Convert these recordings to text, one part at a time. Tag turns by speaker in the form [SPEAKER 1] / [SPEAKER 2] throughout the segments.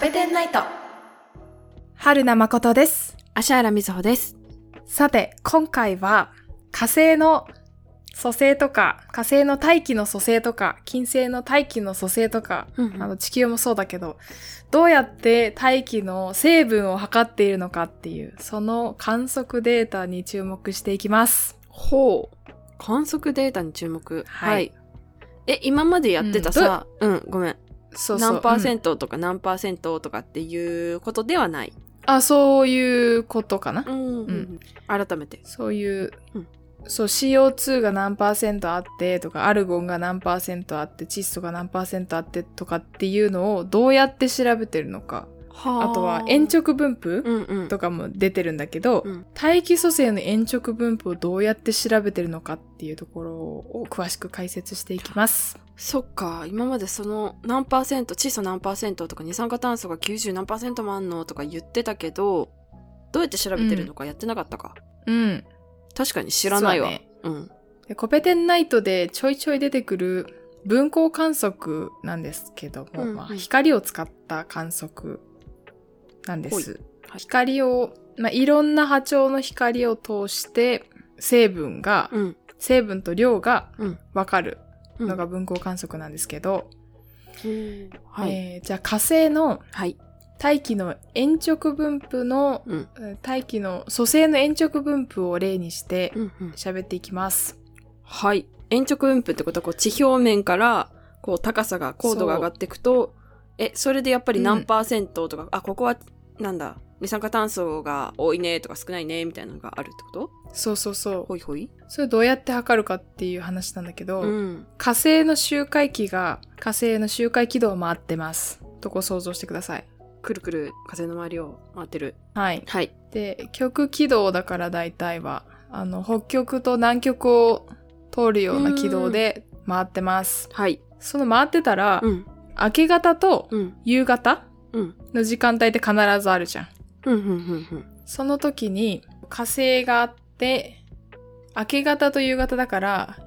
[SPEAKER 1] ペテンナイト
[SPEAKER 2] 春名誠です。
[SPEAKER 3] 芦原瑞穂です。
[SPEAKER 2] さて、今回は火星の蘇生とか、火星の大気の蘇生とか、金星の大気の蘇生とか、
[SPEAKER 3] うんうん
[SPEAKER 2] あの地球もそうだけど、どうやって大気の成分を測っているのかっていう、その観測データに注目していきます。
[SPEAKER 3] ほう。観測データに注目。
[SPEAKER 2] はい
[SPEAKER 3] はい。え、今までやってたさ、うん、ごめん。
[SPEAKER 2] そうそう。
[SPEAKER 3] 何パーセ
[SPEAKER 2] ント、
[SPEAKER 3] ントとか何パーセントとかっていうことではない。
[SPEAKER 2] あ、そういうことかな。
[SPEAKER 3] うん、うん。改めて。
[SPEAKER 2] そういう、
[SPEAKER 3] うん
[SPEAKER 2] そう CO2 が何パーセントあってとかアルゴンが何パーセントあって窒素が何パーセントあってとかっていうのをどうやって調べてるのかあ
[SPEAKER 3] は
[SPEAKER 2] とは延。直分布
[SPEAKER 3] うんうん。
[SPEAKER 2] とかも出てるんだけど、
[SPEAKER 3] うん
[SPEAKER 2] 大気組成の延直分布をどうやって調べてるのかっていうところを詳しく解説していきます。
[SPEAKER 3] そっか、今までその何パーセント、窒素何パーセントとか二酸化炭素が90何パーセントもあんのとか言ってたけど、どうやって調べてるのかやってなかったか。
[SPEAKER 2] うん、
[SPEAKER 3] 確かに知らないわ。
[SPEAKER 2] 実はね
[SPEAKER 3] うん。
[SPEAKER 2] でコペテンナイトでちょいちょい出てくる分光観測なんですけども、
[SPEAKER 3] うんうん
[SPEAKER 2] まあ、光を使った観測なんで
[SPEAKER 3] ほい
[SPEAKER 2] す。
[SPEAKER 3] はい
[SPEAKER 2] 光を、まあ、いろんな波長の光を通して成分が、
[SPEAKER 3] うん。
[SPEAKER 2] 成分と量が
[SPEAKER 3] うん
[SPEAKER 2] わかる
[SPEAKER 3] うん
[SPEAKER 2] のが分光観測なんですけど、
[SPEAKER 3] はい。
[SPEAKER 2] えーじゃあ火星の
[SPEAKER 3] はい。
[SPEAKER 2] 大気の延直分布の、
[SPEAKER 3] うん。
[SPEAKER 2] えー大気の組成の延直分布を例にして
[SPEAKER 3] うんうん。
[SPEAKER 2] 喋っていきます。
[SPEAKER 3] はい。延直分布ってことは、こう、地表面から、こう、高さが、高度が上がっていくと、え、それでやっぱり
[SPEAKER 2] うん
[SPEAKER 3] 何パーセントとか、あ、ここは、なんだ、二酸化炭素が多いねとか少ないねみたいなのがあるってこと
[SPEAKER 2] そうそうそう。
[SPEAKER 3] ほいほい。
[SPEAKER 2] それどうやって測るかっていう話なんだけど、
[SPEAKER 3] うん。
[SPEAKER 2] 火星の周回機が火星の周回軌道を回ってます。とこ想像してください。
[SPEAKER 3] くるくる、風の周りを回ってる。
[SPEAKER 2] はい。
[SPEAKER 3] はい。
[SPEAKER 2] で、極軌道だから大体は、あの、北極と南極を通るような軌道で回ってます。
[SPEAKER 3] はい。
[SPEAKER 2] その回ってたら、
[SPEAKER 3] うん。
[SPEAKER 2] 明け方と
[SPEAKER 3] うん。
[SPEAKER 2] 夕方
[SPEAKER 3] うん。
[SPEAKER 2] の時間帯って必ずあるじゃん。
[SPEAKER 3] うん。うん。うんうん。
[SPEAKER 2] その時に火星があって、明け方と夕方だから、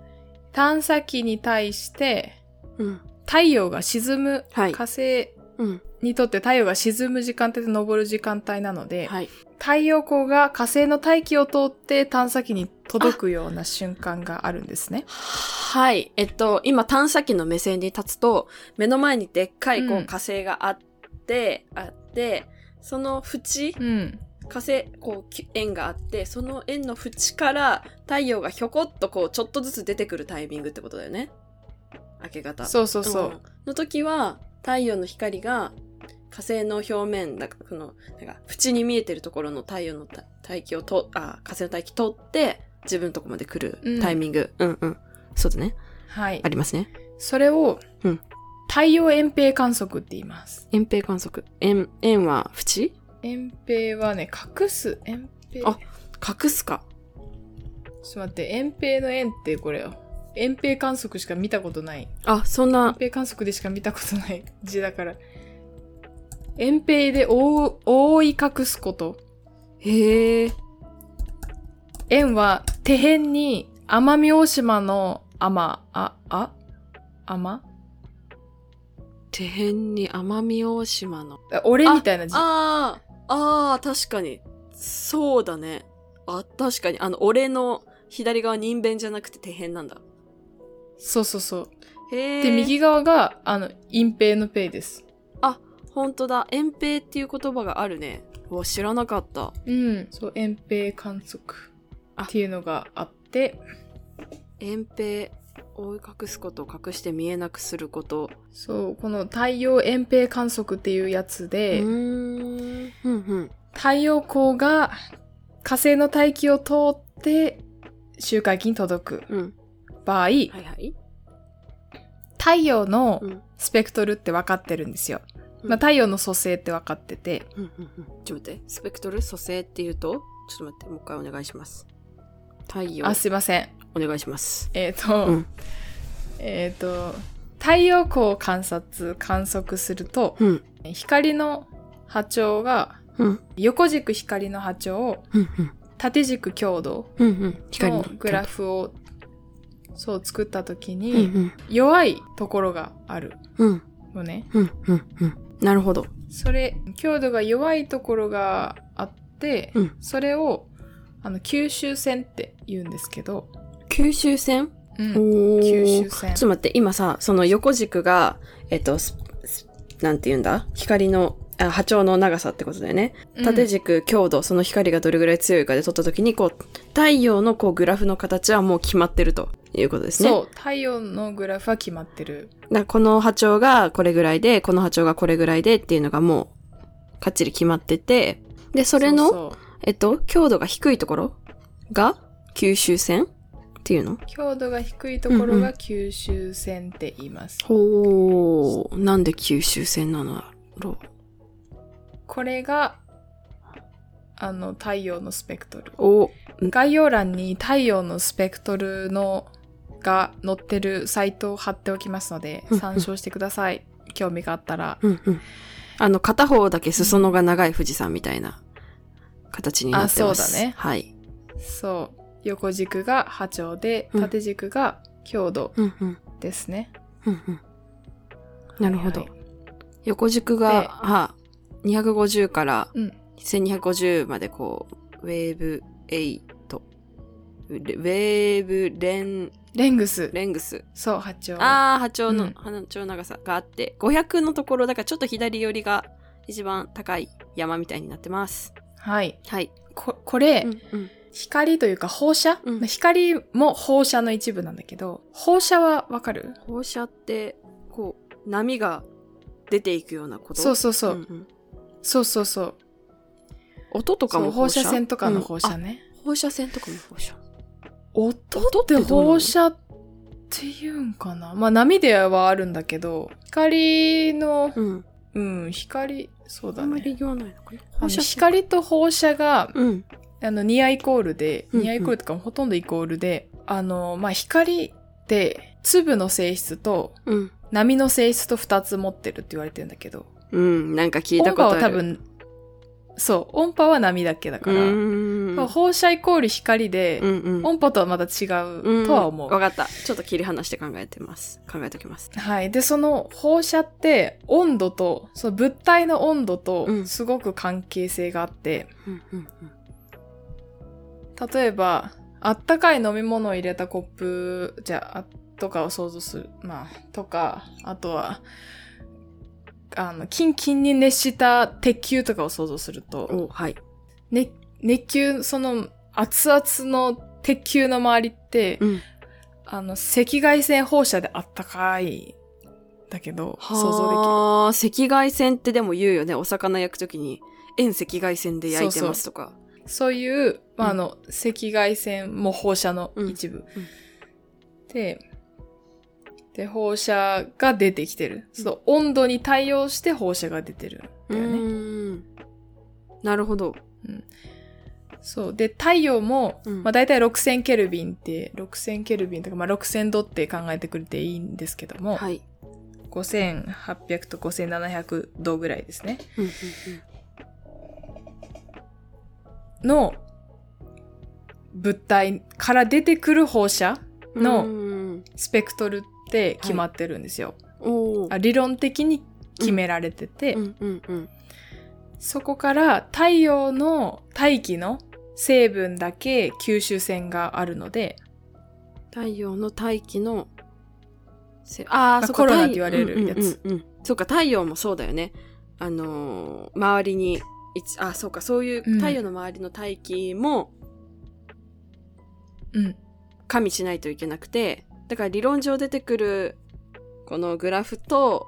[SPEAKER 2] 探査機に対して
[SPEAKER 3] うん。
[SPEAKER 2] 太陽が沈む、
[SPEAKER 3] はい。
[SPEAKER 2] 火星
[SPEAKER 3] うん。
[SPEAKER 2] にとって太陽が沈む時間帯と昇る時間帯なので、
[SPEAKER 3] はい。
[SPEAKER 2] 太陽光が火星の大気を通って探査機に届くような瞬間があるんですね。
[SPEAKER 3] はい。えっと、今探査機の目線に立つと、目の前にでっかいこ
[SPEAKER 2] うん
[SPEAKER 3] う火星があって、あって、その縁、
[SPEAKER 2] うん。
[SPEAKER 3] 火星、こうき円があって、その円の縁から太陽がひょこっとこう、ちょっとずつ出てくるタイミングってことだよね。明け方。
[SPEAKER 2] そうそうそう。
[SPEAKER 3] んの時は、太陽の光が火星の表面、なんかこの、なんか縁に見えてるところの太陽のた大気をと、あ、火星の大気通って、自分のとこまで来
[SPEAKER 2] うん
[SPEAKER 3] るタイミング。うん、うん、そうだね。
[SPEAKER 2] はい
[SPEAKER 3] あ。りますね。
[SPEAKER 2] それを、
[SPEAKER 3] うん
[SPEAKER 2] 太陽遠平観測って言います。
[SPEAKER 3] 遠平観測。遠、遠は縁
[SPEAKER 2] 遠平はね、隠す。遠平。
[SPEAKER 3] あ隠すか。
[SPEAKER 2] ちょっと待って、遠平の円ってこれよ。遠平観測しか見たことない。
[SPEAKER 3] あ、そん
[SPEAKER 2] 遠
[SPEAKER 3] な、
[SPEAKER 2] 平観測でしか見たことない 字だから。遠平で覆う覆い隠すこと。
[SPEAKER 3] へえ。
[SPEAKER 2] 円は手辺に奄美大島の奄、あ、あ、奄
[SPEAKER 3] 手辺に奄美大島の。
[SPEAKER 2] あ俺みたいな字。
[SPEAKER 3] ああ、ああ、確かに。そうだね。あ、確かに。あの、俺の左側人弁じゃなくて手辺なんだ。
[SPEAKER 2] そうそうそう。
[SPEAKER 3] へえ。
[SPEAKER 2] で、右側が、あの、隠蔽のペイです。
[SPEAKER 3] 本当だ。遠平っていう言葉があるね。うわ、知らなかった。
[SPEAKER 2] うん。そう、隠蔽観測
[SPEAKER 3] あ
[SPEAKER 2] っていうのがあって、
[SPEAKER 3] 遠平。覆い隠すことを隠して見えなくすること。
[SPEAKER 2] そう、この太陽隠蔽観測っていうやつ
[SPEAKER 3] う
[SPEAKER 2] で、
[SPEAKER 3] ーん。うんうん。
[SPEAKER 2] 太陽光が火星の大気を通って周回期に届く
[SPEAKER 3] うん。
[SPEAKER 2] 場合、
[SPEAKER 3] はいはい。
[SPEAKER 2] 太陽の
[SPEAKER 3] うん
[SPEAKER 2] スペクトルって分かってるんですよ。
[SPEAKER 3] うん
[SPEAKER 2] まあ、太陽の組成って分かってて、
[SPEAKER 3] うんうんうんちょっと待って、スペクトル、蘇生っていうと、ちょっと待って、もう一回お願いします。太陽、
[SPEAKER 2] あ、すいません。
[SPEAKER 3] お願いします。
[SPEAKER 2] えっ、と、
[SPEAKER 3] うん
[SPEAKER 2] えっ、と、太陽光を観察、観測すると、
[SPEAKER 3] うん、
[SPEAKER 2] 光の波長が、
[SPEAKER 3] うん、
[SPEAKER 2] 横軸光の波長、
[SPEAKER 3] うん、
[SPEAKER 2] 縦軸強度
[SPEAKER 3] うん、うん、
[SPEAKER 2] のグラフを、そう作った時
[SPEAKER 3] う
[SPEAKER 2] に、
[SPEAKER 3] ん、
[SPEAKER 2] 弱いところがある
[SPEAKER 3] うん、
[SPEAKER 2] のね。
[SPEAKER 3] うん、うん、うん。なるほど。
[SPEAKER 2] それ強度が弱いところがあって、
[SPEAKER 3] うん
[SPEAKER 2] それをあの吸収線って言うんですけど、
[SPEAKER 3] 吸収線
[SPEAKER 2] うん
[SPEAKER 3] お
[SPEAKER 2] 吸収
[SPEAKER 3] ー
[SPEAKER 2] 線
[SPEAKER 3] ちょっと待って、今さ、その横軸が、えっと、すすなんて言うんだ光の、あ波長の長さってことだよね。縦軸、強度、その光がどれぐらい強いかで撮った時に、こう、太陽のこうグラフの形はもう決まってるということですね。
[SPEAKER 2] そう太陽のグラフは決まってる
[SPEAKER 3] だからこの波長がこれぐらいで、この波長がこれぐらいでっていうのがもう、かっちり決まってて、で、それの、
[SPEAKER 2] そうそう
[SPEAKER 3] えっと、強度が低いところが吸収線っていうの
[SPEAKER 2] 強度が低いところ
[SPEAKER 3] うんうん
[SPEAKER 2] が吸収線って言います、
[SPEAKER 3] ほー、なんで吸収線なのだろ
[SPEAKER 2] これがあの太陽のスペクトル
[SPEAKER 3] う。お、
[SPEAKER 2] 概要欄に太陽のスペクトルのが載ってるサイトを貼っておきますので
[SPEAKER 3] うんうん
[SPEAKER 2] 参照してください興味があったら
[SPEAKER 3] うんうん。あの、片方だけ裾野が長い富士山みたいな形になってます。
[SPEAKER 2] あそうだね
[SPEAKER 3] はい。
[SPEAKER 2] そう横軸が波長で
[SPEAKER 3] うん
[SPEAKER 2] 縦軸が強度
[SPEAKER 3] うんうん。
[SPEAKER 2] ですね、
[SPEAKER 3] うんうん。なるほど。
[SPEAKER 2] はいはい
[SPEAKER 3] 横軸が、
[SPEAKER 2] で
[SPEAKER 3] は、250から
[SPEAKER 2] うん
[SPEAKER 3] 1250までこう、ウェーブ8、ウレウェーブレン、
[SPEAKER 2] レングス
[SPEAKER 3] レングス。
[SPEAKER 2] そう波長
[SPEAKER 3] ああ、波長
[SPEAKER 2] う
[SPEAKER 3] の、
[SPEAKER 2] ん
[SPEAKER 3] 波長長さがあって、500のところ、だからちょっと左寄りが一番高い山みたいになってます。
[SPEAKER 2] はい
[SPEAKER 3] はい。
[SPEAKER 2] ここれ、
[SPEAKER 3] うんうん。
[SPEAKER 2] 光というか放射、
[SPEAKER 3] うん
[SPEAKER 2] 光も放射の一部なんだけど放射はわかる
[SPEAKER 3] 放射って、こう、波が出ていくようなこと
[SPEAKER 2] そうそうそう、
[SPEAKER 3] んん
[SPEAKER 2] そうそうそう
[SPEAKER 3] 音とか
[SPEAKER 2] そ
[SPEAKER 3] も
[SPEAKER 2] う放射線とかの放
[SPEAKER 3] うん
[SPEAKER 2] 射ね、
[SPEAKER 3] あ放射線とかも放射。
[SPEAKER 2] 音
[SPEAKER 3] 音
[SPEAKER 2] っ
[SPEAKER 3] って
[SPEAKER 2] て
[SPEAKER 3] どうなの
[SPEAKER 2] 放射っていうんかなまあ波ではあるんだけど光の
[SPEAKER 3] うん。
[SPEAKER 2] うん光そう
[SPEAKER 3] あ
[SPEAKER 2] だ
[SPEAKER 3] んま
[SPEAKER 2] ね
[SPEAKER 3] り言わないの
[SPEAKER 2] あ
[SPEAKER 3] かな。
[SPEAKER 2] の
[SPEAKER 3] 放射線。
[SPEAKER 2] 光と放射が
[SPEAKER 3] うん。
[SPEAKER 2] あのニアイコールで、
[SPEAKER 3] うんうん
[SPEAKER 2] ニアイコールとかもほとんどイコールであのまあ光って粒の性質と
[SPEAKER 3] うん。
[SPEAKER 2] 波の性質と2つ持ってるって言われてるんだけど
[SPEAKER 3] うん。なんか聞いた
[SPEAKER 2] 音
[SPEAKER 3] こ
[SPEAKER 2] 波は
[SPEAKER 3] とある。
[SPEAKER 2] 多分そう音波は波だけだ
[SPEAKER 3] う
[SPEAKER 2] から、
[SPEAKER 3] ーん。
[SPEAKER 2] まあ放射イコール光で、
[SPEAKER 3] うんうん。
[SPEAKER 2] 音波とはまた違うとは思う、
[SPEAKER 3] わかった。ちょっと切り離して考えてます。考えておきます。
[SPEAKER 2] はいでその放射って温度とその物体の温度
[SPEAKER 3] う
[SPEAKER 2] と
[SPEAKER 3] ん
[SPEAKER 2] すごく関係性があって、
[SPEAKER 3] うんうんうん。
[SPEAKER 2] 例えばあったかい飲み物を入れたコップじゃあとかを想像するまあとかあとはあのキンキンに熱した鉄球とかを想像すると
[SPEAKER 3] おはい。
[SPEAKER 2] ね、熱球、その、熱々の鉄球の周りって、
[SPEAKER 3] うん。
[SPEAKER 2] あの、赤外線放射であったかい、だけど、想像
[SPEAKER 3] はあ、赤外線ってでも言うよね。お魚焼くときに、遠赤外線で焼いてますとか。
[SPEAKER 2] できる。そういう、まあ、
[SPEAKER 3] うん
[SPEAKER 2] あの、赤外線も放射の一部。
[SPEAKER 3] うん
[SPEAKER 2] で、で、放射が出てきてる。その温度に対応して放射が出てるんだよね。
[SPEAKER 3] ーん。なるほど。
[SPEAKER 2] そう。で、太陽も、
[SPEAKER 3] うん
[SPEAKER 2] まあ、大体6000ケルビンって、6000ケルビンとか、まあ、6000度って考えてくれていいんですけども、
[SPEAKER 3] はい。
[SPEAKER 2] 5800と5700度ぐらいですね。
[SPEAKER 3] うんうん
[SPEAKER 2] の物体から出てくる放射
[SPEAKER 3] うん
[SPEAKER 2] の
[SPEAKER 3] うーん
[SPEAKER 2] スペクトルって決まってるんですよ。
[SPEAKER 3] おお。
[SPEAKER 2] あ理論的に決められてて、
[SPEAKER 3] うんうんうん。
[SPEAKER 2] そこから太陽の大気の成分だけ吸収線があるので、
[SPEAKER 3] 太陽の大気のせあ
[SPEAKER 2] まあ
[SPEAKER 3] あ、そっか
[SPEAKER 2] コロナ
[SPEAKER 3] 太
[SPEAKER 2] って言われるやつ。
[SPEAKER 3] うんうんうんうんそうか、太陽もそうだよね。あのー周りに、いちあ、そうか、そういう
[SPEAKER 2] うん
[SPEAKER 3] 太陽の周りの大気も
[SPEAKER 2] うん、
[SPEAKER 3] 加味しないといけなくて、だから理論上出てくるこのグラフと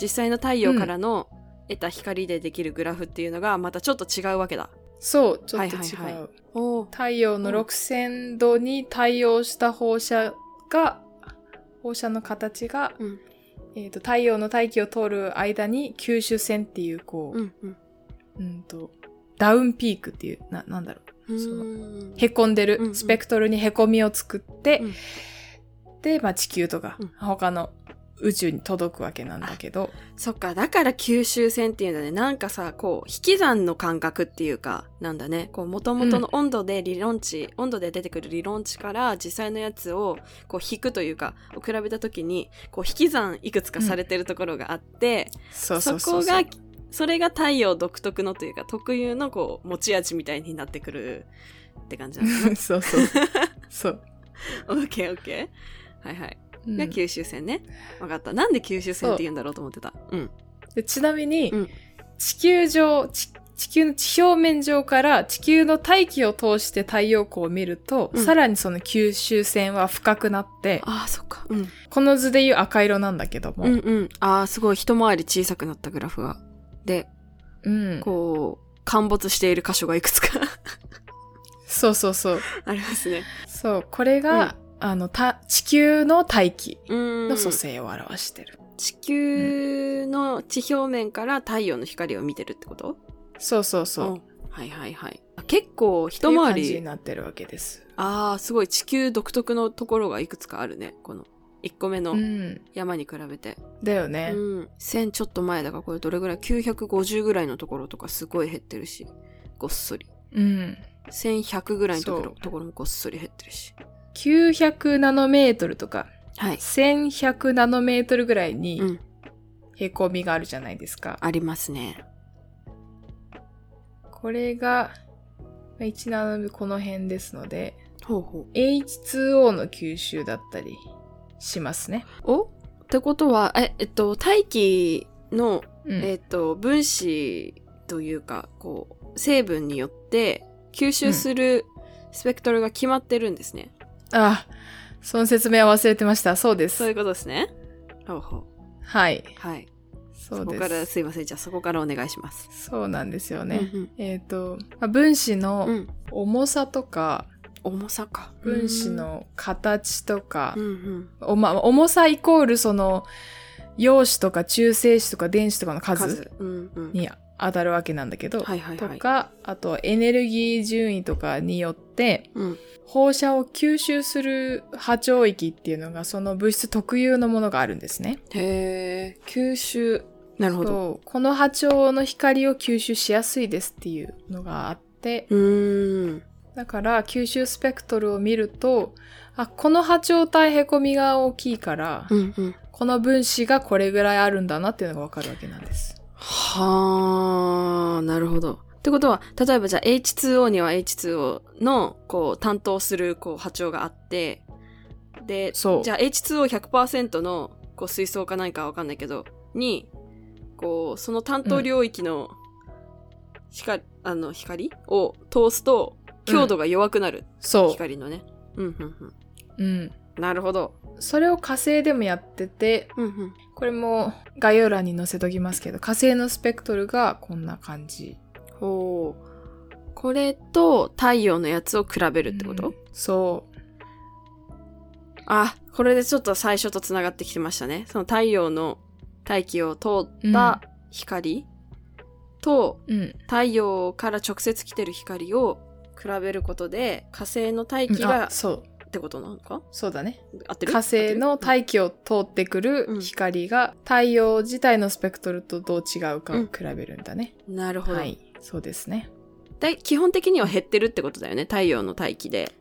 [SPEAKER 3] 実際の太陽からの得た光でできるグラフっていうのがまたちょっと違うわけだ。
[SPEAKER 2] そう、ちょっと違う。
[SPEAKER 3] はいはいはおー
[SPEAKER 2] 太陽の
[SPEAKER 3] うん
[SPEAKER 2] 6000度に対応した放射が、放射の形が、
[SPEAKER 3] うん
[SPEAKER 2] えー、と太陽の大気を通る間に吸収線っていうこう、
[SPEAKER 3] うんうん。
[SPEAKER 2] うん、とダウンピークっていうななんだろう
[SPEAKER 3] う
[SPEAKER 2] その
[SPEAKER 3] ーん
[SPEAKER 2] へこんで
[SPEAKER 3] うんう
[SPEAKER 2] る
[SPEAKER 3] ん
[SPEAKER 2] スペクトルにへこみを作って、
[SPEAKER 3] うん
[SPEAKER 2] で、まあ、地球とか
[SPEAKER 3] うん
[SPEAKER 2] 他の宇宙に届くわけなんだけど、
[SPEAKER 3] そっか、だから吸収線っていうんだね。なんかさ、こう、引き算の感覚っていうか、なんだね。こう、元々の温度で理論値、温度で出てくる理論値から実際のやつを、こう、引くというか、を比べたときに、こう、引き算いくつかされてるところがあって、
[SPEAKER 2] そうそ
[SPEAKER 3] そう
[SPEAKER 2] そうそう
[SPEAKER 3] こが、それが太陽独特のというか、特有のこう、持ち味みたいになってくるって感じ なのか
[SPEAKER 2] そうそう。そう。
[SPEAKER 3] な。オッケーオッケー。はいはい。
[SPEAKER 2] うん
[SPEAKER 3] が九州線ね。わかった。なんで九州線って言うんだろうと思ってた。うん。
[SPEAKER 2] でちなみに、
[SPEAKER 3] うん
[SPEAKER 2] 地球上ち地球の地表面上から地球の大気を通して太陽光を見ると、
[SPEAKER 3] うん
[SPEAKER 2] さらにその吸収線は深くなって
[SPEAKER 3] ああ、そっか。うん。
[SPEAKER 2] この図でいう赤色なんだけども、
[SPEAKER 3] うんうん。ああ、すごい。一回り小さくなったグラフが。で、
[SPEAKER 2] うん
[SPEAKER 3] こう、陥没している箇所がいくつか
[SPEAKER 2] そうそうそう
[SPEAKER 3] ありますね。
[SPEAKER 2] そうこれが、あのた地球の大気
[SPEAKER 3] うーん。
[SPEAKER 2] の組成を表してる、
[SPEAKER 3] 地球の地表面から太陽の光を見てるってこと
[SPEAKER 2] そうそうそうっ
[SPEAKER 3] うんはいはいはい。あ結構
[SPEAKER 2] て
[SPEAKER 3] 一
[SPEAKER 2] いう
[SPEAKER 3] 回
[SPEAKER 2] 感じに
[SPEAKER 3] り、
[SPEAKER 2] なってるわけです
[SPEAKER 3] ああ、すごい地球独特のところがいくつかあるね。この1個目
[SPEAKER 2] う
[SPEAKER 3] の
[SPEAKER 2] ん
[SPEAKER 3] 山に比べて。
[SPEAKER 2] だよ
[SPEAKER 3] う
[SPEAKER 2] ね、
[SPEAKER 3] ん。1000ちょっと前だからこれどれぐらい ?950 ぐらいのところとかすごい減ってるし、ごっそり。
[SPEAKER 2] うん、
[SPEAKER 3] 1100ぐらいのところ
[SPEAKER 2] そ
[SPEAKER 3] ところもごっそり減ってるし。
[SPEAKER 2] 900ナノメートルとか
[SPEAKER 3] はい。
[SPEAKER 2] 1100ナノメートルぐらいうに
[SPEAKER 3] ん。
[SPEAKER 2] へこみがあるじゃないですか。
[SPEAKER 3] ありますね。
[SPEAKER 2] これが1ナノメこの辺ですので
[SPEAKER 3] ほうほ
[SPEAKER 2] H2O の吸収だったりしますね。
[SPEAKER 3] う。おってことは、え、えっと、大気の
[SPEAKER 2] うん
[SPEAKER 3] えっ、と、分子というか、こう、成分によって吸収するスペクトルが決まってるんですね。
[SPEAKER 2] あその説明は忘れてました。そうで
[SPEAKER 3] そうい
[SPEAKER 2] す
[SPEAKER 3] う。ことですね。ほうほう。
[SPEAKER 2] はい。
[SPEAKER 3] はい。
[SPEAKER 2] そ
[SPEAKER 3] そうこから、
[SPEAKER 2] です。
[SPEAKER 3] すいません。じゃあそこからお願いします。
[SPEAKER 2] そうなんですよね。
[SPEAKER 3] うん
[SPEAKER 2] えっ、と、まあ分子
[SPEAKER 3] うん、う
[SPEAKER 2] の
[SPEAKER 3] ん。
[SPEAKER 2] 重さとか、
[SPEAKER 3] 重さか。
[SPEAKER 2] 分子の形とか、
[SPEAKER 3] うん。うん
[SPEAKER 2] おまあ、重さイコールその陽子とか中性子とか電子とかの
[SPEAKER 3] うん。
[SPEAKER 2] 数
[SPEAKER 3] うんうん。
[SPEAKER 2] に当たるわけなんだけど、
[SPEAKER 3] はいはい
[SPEAKER 2] と
[SPEAKER 3] はい。
[SPEAKER 2] かあとエネルギー順位とかによって
[SPEAKER 3] うん。
[SPEAKER 2] 放射を吸収する波長域っていうのがその物質特有のものがあるんですね。
[SPEAKER 3] へえ、吸収。なるほど。
[SPEAKER 2] そうこの波長の光を吸収しやすいですっていうのがあって
[SPEAKER 3] うーん。
[SPEAKER 2] だから吸収スペクトルを見るとあこの波長帯へこみが大きいから、
[SPEAKER 3] うんうん。
[SPEAKER 2] この分子がこれぐらいあるんだなっていうのがわかるわけなんです。
[SPEAKER 3] はあ、なるほど。ってことは、例えばじゃあ H2O には H2O の、こう、担当する、こう、波長があって、で、
[SPEAKER 2] そう
[SPEAKER 3] じゃあ H2O100% の、こう、水槽か何かわかんないけど、に、こう、その担当領域の光、あの、光を通すと、強度が弱くなる。
[SPEAKER 2] そ
[SPEAKER 3] 光のね。うん、うん、うん。
[SPEAKER 2] う、うん、
[SPEAKER 3] なるほど。
[SPEAKER 2] それを火星でもやってて
[SPEAKER 3] うん、うん。
[SPEAKER 2] これも概要欄に載せときますけど火星のスペクトルがこんな感じ
[SPEAKER 3] ほう。これと太陽のやつを比べるってこと、
[SPEAKER 2] うんそう
[SPEAKER 3] あ、これでちょっと最初と繋がってきてましたね。その太陽の大気を通った光と
[SPEAKER 2] うん
[SPEAKER 3] 太陽から直接来てる光を比べることで火星の大
[SPEAKER 2] うん
[SPEAKER 3] 気が
[SPEAKER 2] あそう
[SPEAKER 3] ってことなのか
[SPEAKER 2] そうだね
[SPEAKER 3] 合ってる
[SPEAKER 2] 火星の
[SPEAKER 3] 合ってる
[SPEAKER 2] 大気を通ってく
[SPEAKER 3] う
[SPEAKER 2] る
[SPEAKER 3] ん
[SPEAKER 2] 光が太陽自体のスペクトルとどう違うかを比べるんだね、
[SPEAKER 3] うんなるほど、
[SPEAKER 2] はいそうですね
[SPEAKER 3] だい基本的には減ってるってことだよね。太陽の大気で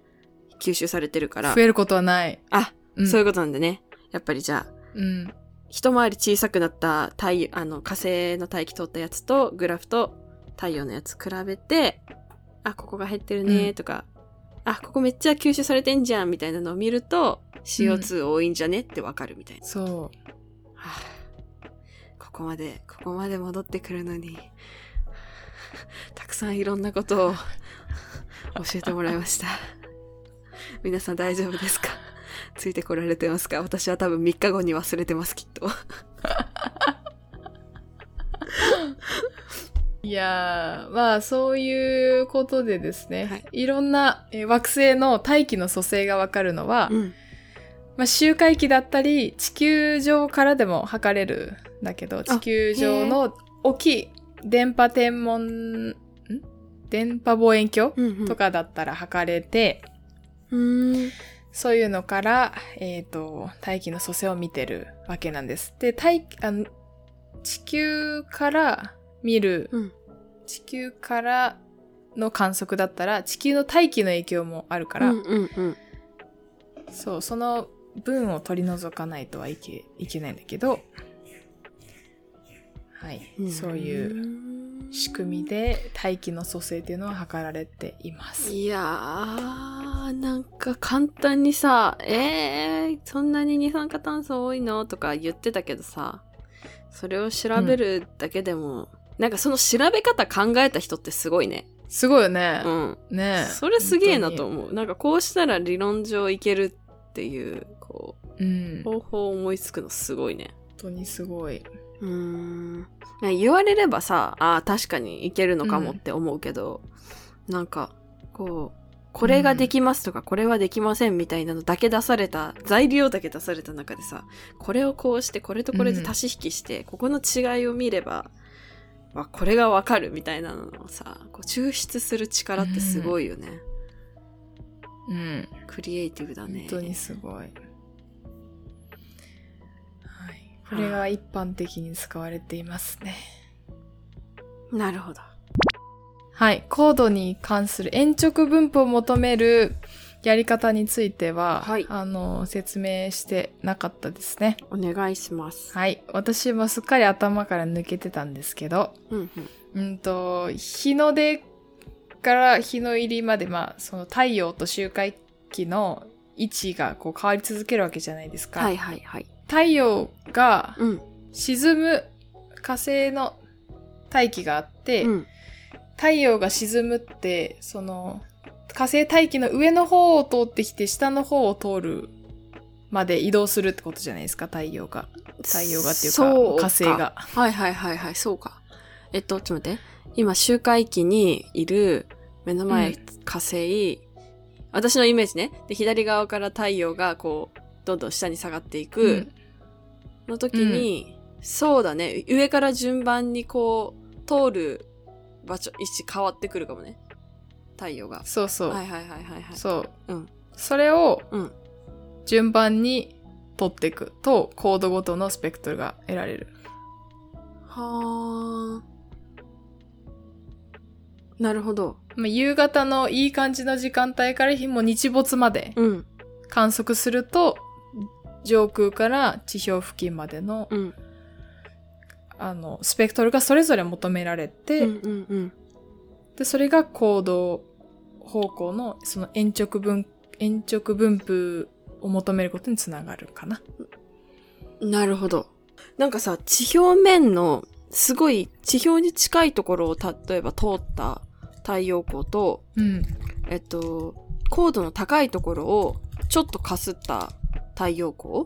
[SPEAKER 3] 吸収されてるから
[SPEAKER 2] 増。えることはない
[SPEAKER 3] あ、
[SPEAKER 2] うん
[SPEAKER 3] そういうことなんでね。やっぱりじゃあ、
[SPEAKER 2] うん
[SPEAKER 3] 一回り小さくなった太陽あの火星の大気取ったやつとグラフと太陽のやつ比べてあここが減ってる
[SPEAKER 2] う
[SPEAKER 3] ね
[SPEAKER 2] ん
[SPEAKER 3] とか、あここめっちゃ吸収されてんじゃんみたいなのを見ると CO2 多いんじゃねってわかるみたいな、
[SPEAKER 2] そ
[SPEAKER 3] はあ ここまでここまで戻ってくるのに たくさんいろんなこと を教えてもらいました 皆さん大丈夫ですか ついてこられてますか私は多分3日後に忘れてますきっと
[SPEAKER 2] ういやーまあそういうことでですね、
[SPEAKER 3] はい
[SPEAKER 2] い、ろんなえー惑星の大気の組成がわかるのは、
[SPEAKER 3] うん
[SPEAKER 2] まあ、周回期だったり地球上からでも測れるんだけど地球上の大きい電波天文ん電波望遠鏡
[SPEAKER 3] うんうん
[SPEAKER 2] とかだったら測れて、
[SPEAKER 3] うーん
[SPEAKER 2] そういうのから、えー、と大気の組成を見てるわけなんです。で大気あの地球から見る、
[SPEAKER 3] うん
[SPEAKER 2] 地球からの観測だったら地球の大気の影響もあるから、
[SPEAKER 3] うんうんうん
[SPEAKER 2] そう、その分を取り除かないとはいけいけないんだけど、はい、そういう仕組みで大気の組成っていうのは測られています。
[SPEAKER 3] いやー、なんか簡単にさ、えー、そんなに二酸化炭素多いのとか言ってたけどさ、それを調べるだけでも、なんかその調べ方考えた人ってすごいね。
[SPEAKER 2] すごいよね
[SPEAKER 3] う。ん。
[SPEAKER 2] ね
[SPEAKER 3] それすげえなと
[SPEAKER 2] う。
[SPEAKER 3] 思う。なんかこうしたら理論上いけるっていう、こ
[SPEAKER 2] うん。
[SPEAKER 3] う、
[SPEAKER 2] 本
[SPEAKER 3] 方法を思いつくのすごいね。
[SPEAKER 2] 当にすごい。
[SPEAKER 3] うーん。言われればさ、ああ、確かにいけるのかもって思うけど、なんか、こう、これができますとか、これはできませんみたいなのだけ出された、材料だけ出された中でさ、これをこうして、これとこれで足し引きして、ここの違いを見れば、わこれがわかるみたいなのをさ、こう抽出する力ってすごいよね。
[SPEAKER 2] うん。
[SPEAKER 3] クリエイティブだね
[SPEAKER 2] 本。当にすごい。はい。これが一般的に使われていますね。
[SPEAKER 3] なるほど。
[SPEAKER 2] はい。高度に関する延直分布を求めるやり方については、
[SPEAKER 3] はい
[SPEAKER 2] あの、説明してなかったですね。
[SPEAKER 3] お願いします。
[SPEAKER 2] はい。私もすっかり頭から抜けてたんですけど、
[SPEAKER 3] うんうん。
[SPEAKER 2] うんと、日の出から日の入りまで、まあ、その太陽と周回期の位置がこう変わり続けるわけじゃないですか。
[SPEAKER 3] はいはいはい。
[SPEAKER 2] 太陽が
[SPEAKER 3] うん。
[SPEAKER 2] 沈む火星の大気があって、
[SPEAKER 3] うん。
[SPEAKER 2] 太陽が沈むって、その、火星大気の上の方を通ってきて、下の方を通るまで移動するってことじゃないですか、太陽が。太陽がっていうか、
[SPEAKER 3] そ
[SPEAKER 2] 火星が。
[SPEAKER 3] はいはいはいはい、そうか。えっと、ちょっと待って。今、周回期にいる目の前、
[SPEAKER 2] うん
[SPEAKER 3] 火星、私のイメージね。で、左側から太陽がこう、どんどん下に下がっていくの時に、そうだね、上から順番にこう、通る場所、位置変わってくるかもね。太陽が。
[SPEAKER 2] そうそう。
[SPEAKER 3] はいはいはいはいはい。
[SPEAKER 2] そう、
[SPEAKER 3] うん
[SPEAKER 2] それを
[SPEAKER 3] うん
[SPEAKER 2] 順番に取っていくと、コードごとのスペクトルが得られる。
[SPEAKER 3] はー。なるほど。
[SPEAKER 2] まあ夕方のいい感じの時間帯から日も日没まで
[SPEAKER 3] うん。
[SPEAKER 2] 観測すると、上空から地表付近までの、
[SPEAKER 3] うん。
[SPEAKER 2] あの、スペクトルがそれぞれ求められて、
[SPEAKER 3] うんうんうん。
[SPEAKER 2] で、それが行動方向の、その延直分、延直分布を求めることにつながるかな。
[SPEAKER 3] なるほど。なんかさ、地表面の、すごい地表に近いところを例えば通った太陽光と、
[SPEAKER 2] うん。
[SPEAKER 3] えっと、高度の高いところをちょっとかすった太陽光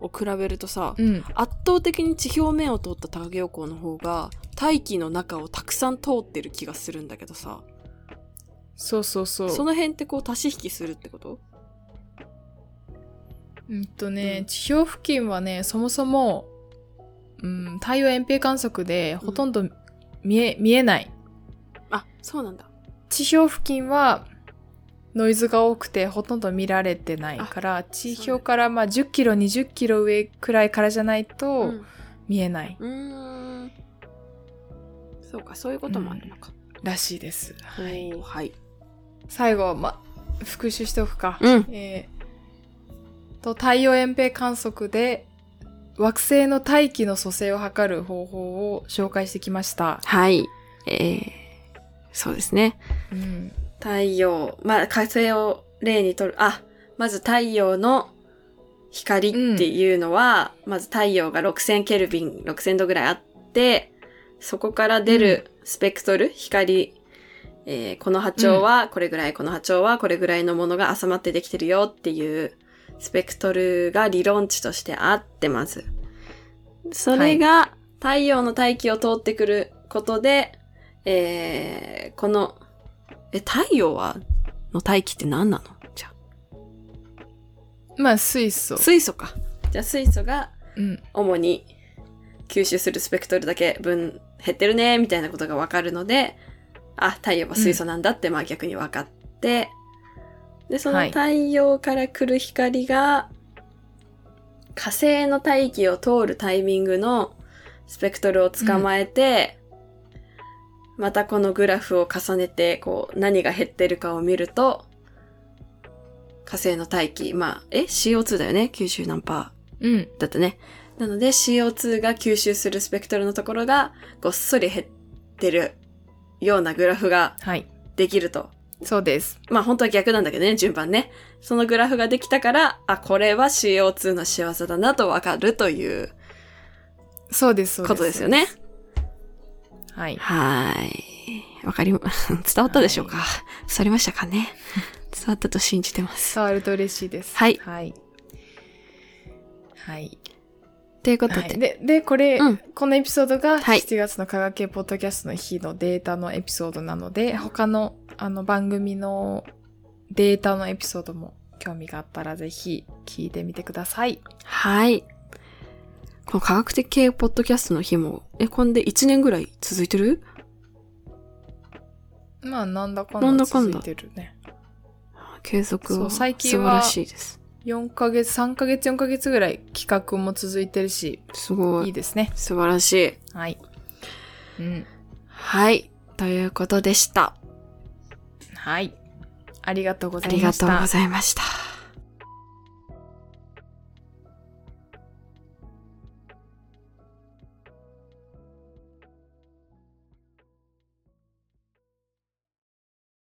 [SPEAKER 3] を比べるとさ、
[SPEAKER 2] うん。
[SPEAKER 3] 圧倒的に地表面を通った太陽光の方が大気の中をたくさん通ってる気がするんだけどさ、
[SPEAKER 2] そうそうそう。
[SPEAKER 3] その辺ってこう足し引きするってこと
[SPEAKER 2] うんとね、
[SPEAKER 3] うん
[SPEAKER 2] 地表付近はね、そもそも、うん、太陽遠平観測でほとんど見え、見えない。
[SPEAKER 3] あ、そうなんだ。
[SPEAKER 2] 地表付近はノイズが多くてほとんど見られてないから、地表からまあ10キロ、20キロ上くらいからじゃないと
[SPEAKER 3] ん。
[SPEAKER 2] 見えないう
[SPEAKER 3] ーん。そうか、そういうこともあるのか。
[SPEAKER 2] らしいです。
[SPEAKER 3] はい。はい。
[SPEAKER 2] 最後、まあ、復習しておくか。
[SPEAKER 3] うん。
[SPEAKER 2] えーと、太陽遠平観測で惑星の大気の組成を測る方法を紹介してきました。
[SPEAKER 3] はい。えー、そうですね。
[SPEAKER 2] うん
[SPEAKER 3] 太陽、まあ、火星を例にとる、あ、まず太陽の光っていうのは、まず太陽が6000ケルビン、6000度ぐらいあって、そこから出るスペクトル、光、えーこの波長はこれぐらい、この波長はこれぐらいのものが収まってできてるよっていうスペクトルが理論値としてあってます。それが太陽の大気を通ってくることで、えーこの、え、太陽は、の大気って何なのじゃあ
[SPEAKER 2] まあ、水素。
[SPEAKER 3] 水素か。じゃあ水素が
[SPEAKER 2] うん。
[SPEAKER 3] 主に吸収するスペクトルだけ分減ってるね、みたいなことがわかるので、あ、太陽は水素なんだって、まあ逆に分かって、で、その
[SPEAKER 2] はい
[SPEAKER 3] 太陽から来る光が、火星の大気を通るタイミングのスペクトルを捕まえて、またこのグラフを重ねて、こう、何が減ってるかを見ると、火星の大気、まあ、え、CO2 だよね ?90 何パー。
[SPEAKER 2] うん。
[SPEAKER 3] だったね。なので CO2 が吸収するスペクトルのところがごっそり減ってるようなグラフが
[SPEAKER 2] はい。
[SPEAKER 3] できると。
[SPEAKER 2] そうです。
[SPEAKER 3] まあ本当は逆なんだけどね、順番ね。そのグラフができたから、あ、これは CO2 の仕業だなとわかるという
[SPEAKER 2] そうです、そうです。
[SPEAKER 3] ことですよね。
[SPEAKER 2] はい。
[SPEAKER 3] はーい。わかりま、 伝わったでしょうか、
[SPEAKER 2] は
[SPEAKER 3] 伝わりましたかね伝わったと信じてます。
[SPEAKER 2] 触ると嬉しいです。
[SPEAKER 3] はい
[SPEAKER 2] はい。はい。
[SPEAKER 3] ということで、
[SPEAKER 2] はい、で、で、これ、
[SPEAKER 3] うん
[SPEAKER 2] このエピソードが
[SPEAKER 3] はい
[SPEAKER 2] 7月の科学系ポッドキャストの日のデータのエピソードなので、他のあの番組のデータのエピソードも興味があったらぜひ聞いてみてください。
[SPEAKER 3] はい。この科学的系ポッドキャストの日も、え、こんで1年ぐらい続いてる
[SPEAKER 2] まあ、なんだか
[SPEAKER 3] なん
[SPEAKER 2] んだ
[SPEAKER 3] だかん
[SPEAKER 2] 続
[SPEAKER 3] だ
[SPEAKER 2] いてるね。
[SPEAKER 3] 継続
[SPEAKER 2] そう
[SPEAKER 3] は素
[SPEAKER 2] 最
[SPEAKER 3] 晴
[SPEAKER 2] 近は
[SPEAKER 3] らしいです。
[SPEAKER 2] 4ヶ月、3ヶ月、4ヶ月ぐらい企画も続いてるし、
[SPEAKER 3] すご
[SPEAKER 2] いい
[SPEAKER 3] い。
[SPEAKER 2] ですね。
[SPEAKER 3] 素晴らしい。
[SPEAKER 2] はい。うん。
[SPEAKER 3] はい。ということでした。
[SPEAKER 2] はい。ありがとうご
[SPEAKER 3] あ
[SPEAKER 2] ざい
[SPEAKER 3] り
[SPEAKER 2] ま
[SPEAKER 3] が
[SPEAKER 2] し
[SPEAKER 3] と
[SPEAKER 2] た。
[SPEAKER 3] うございました。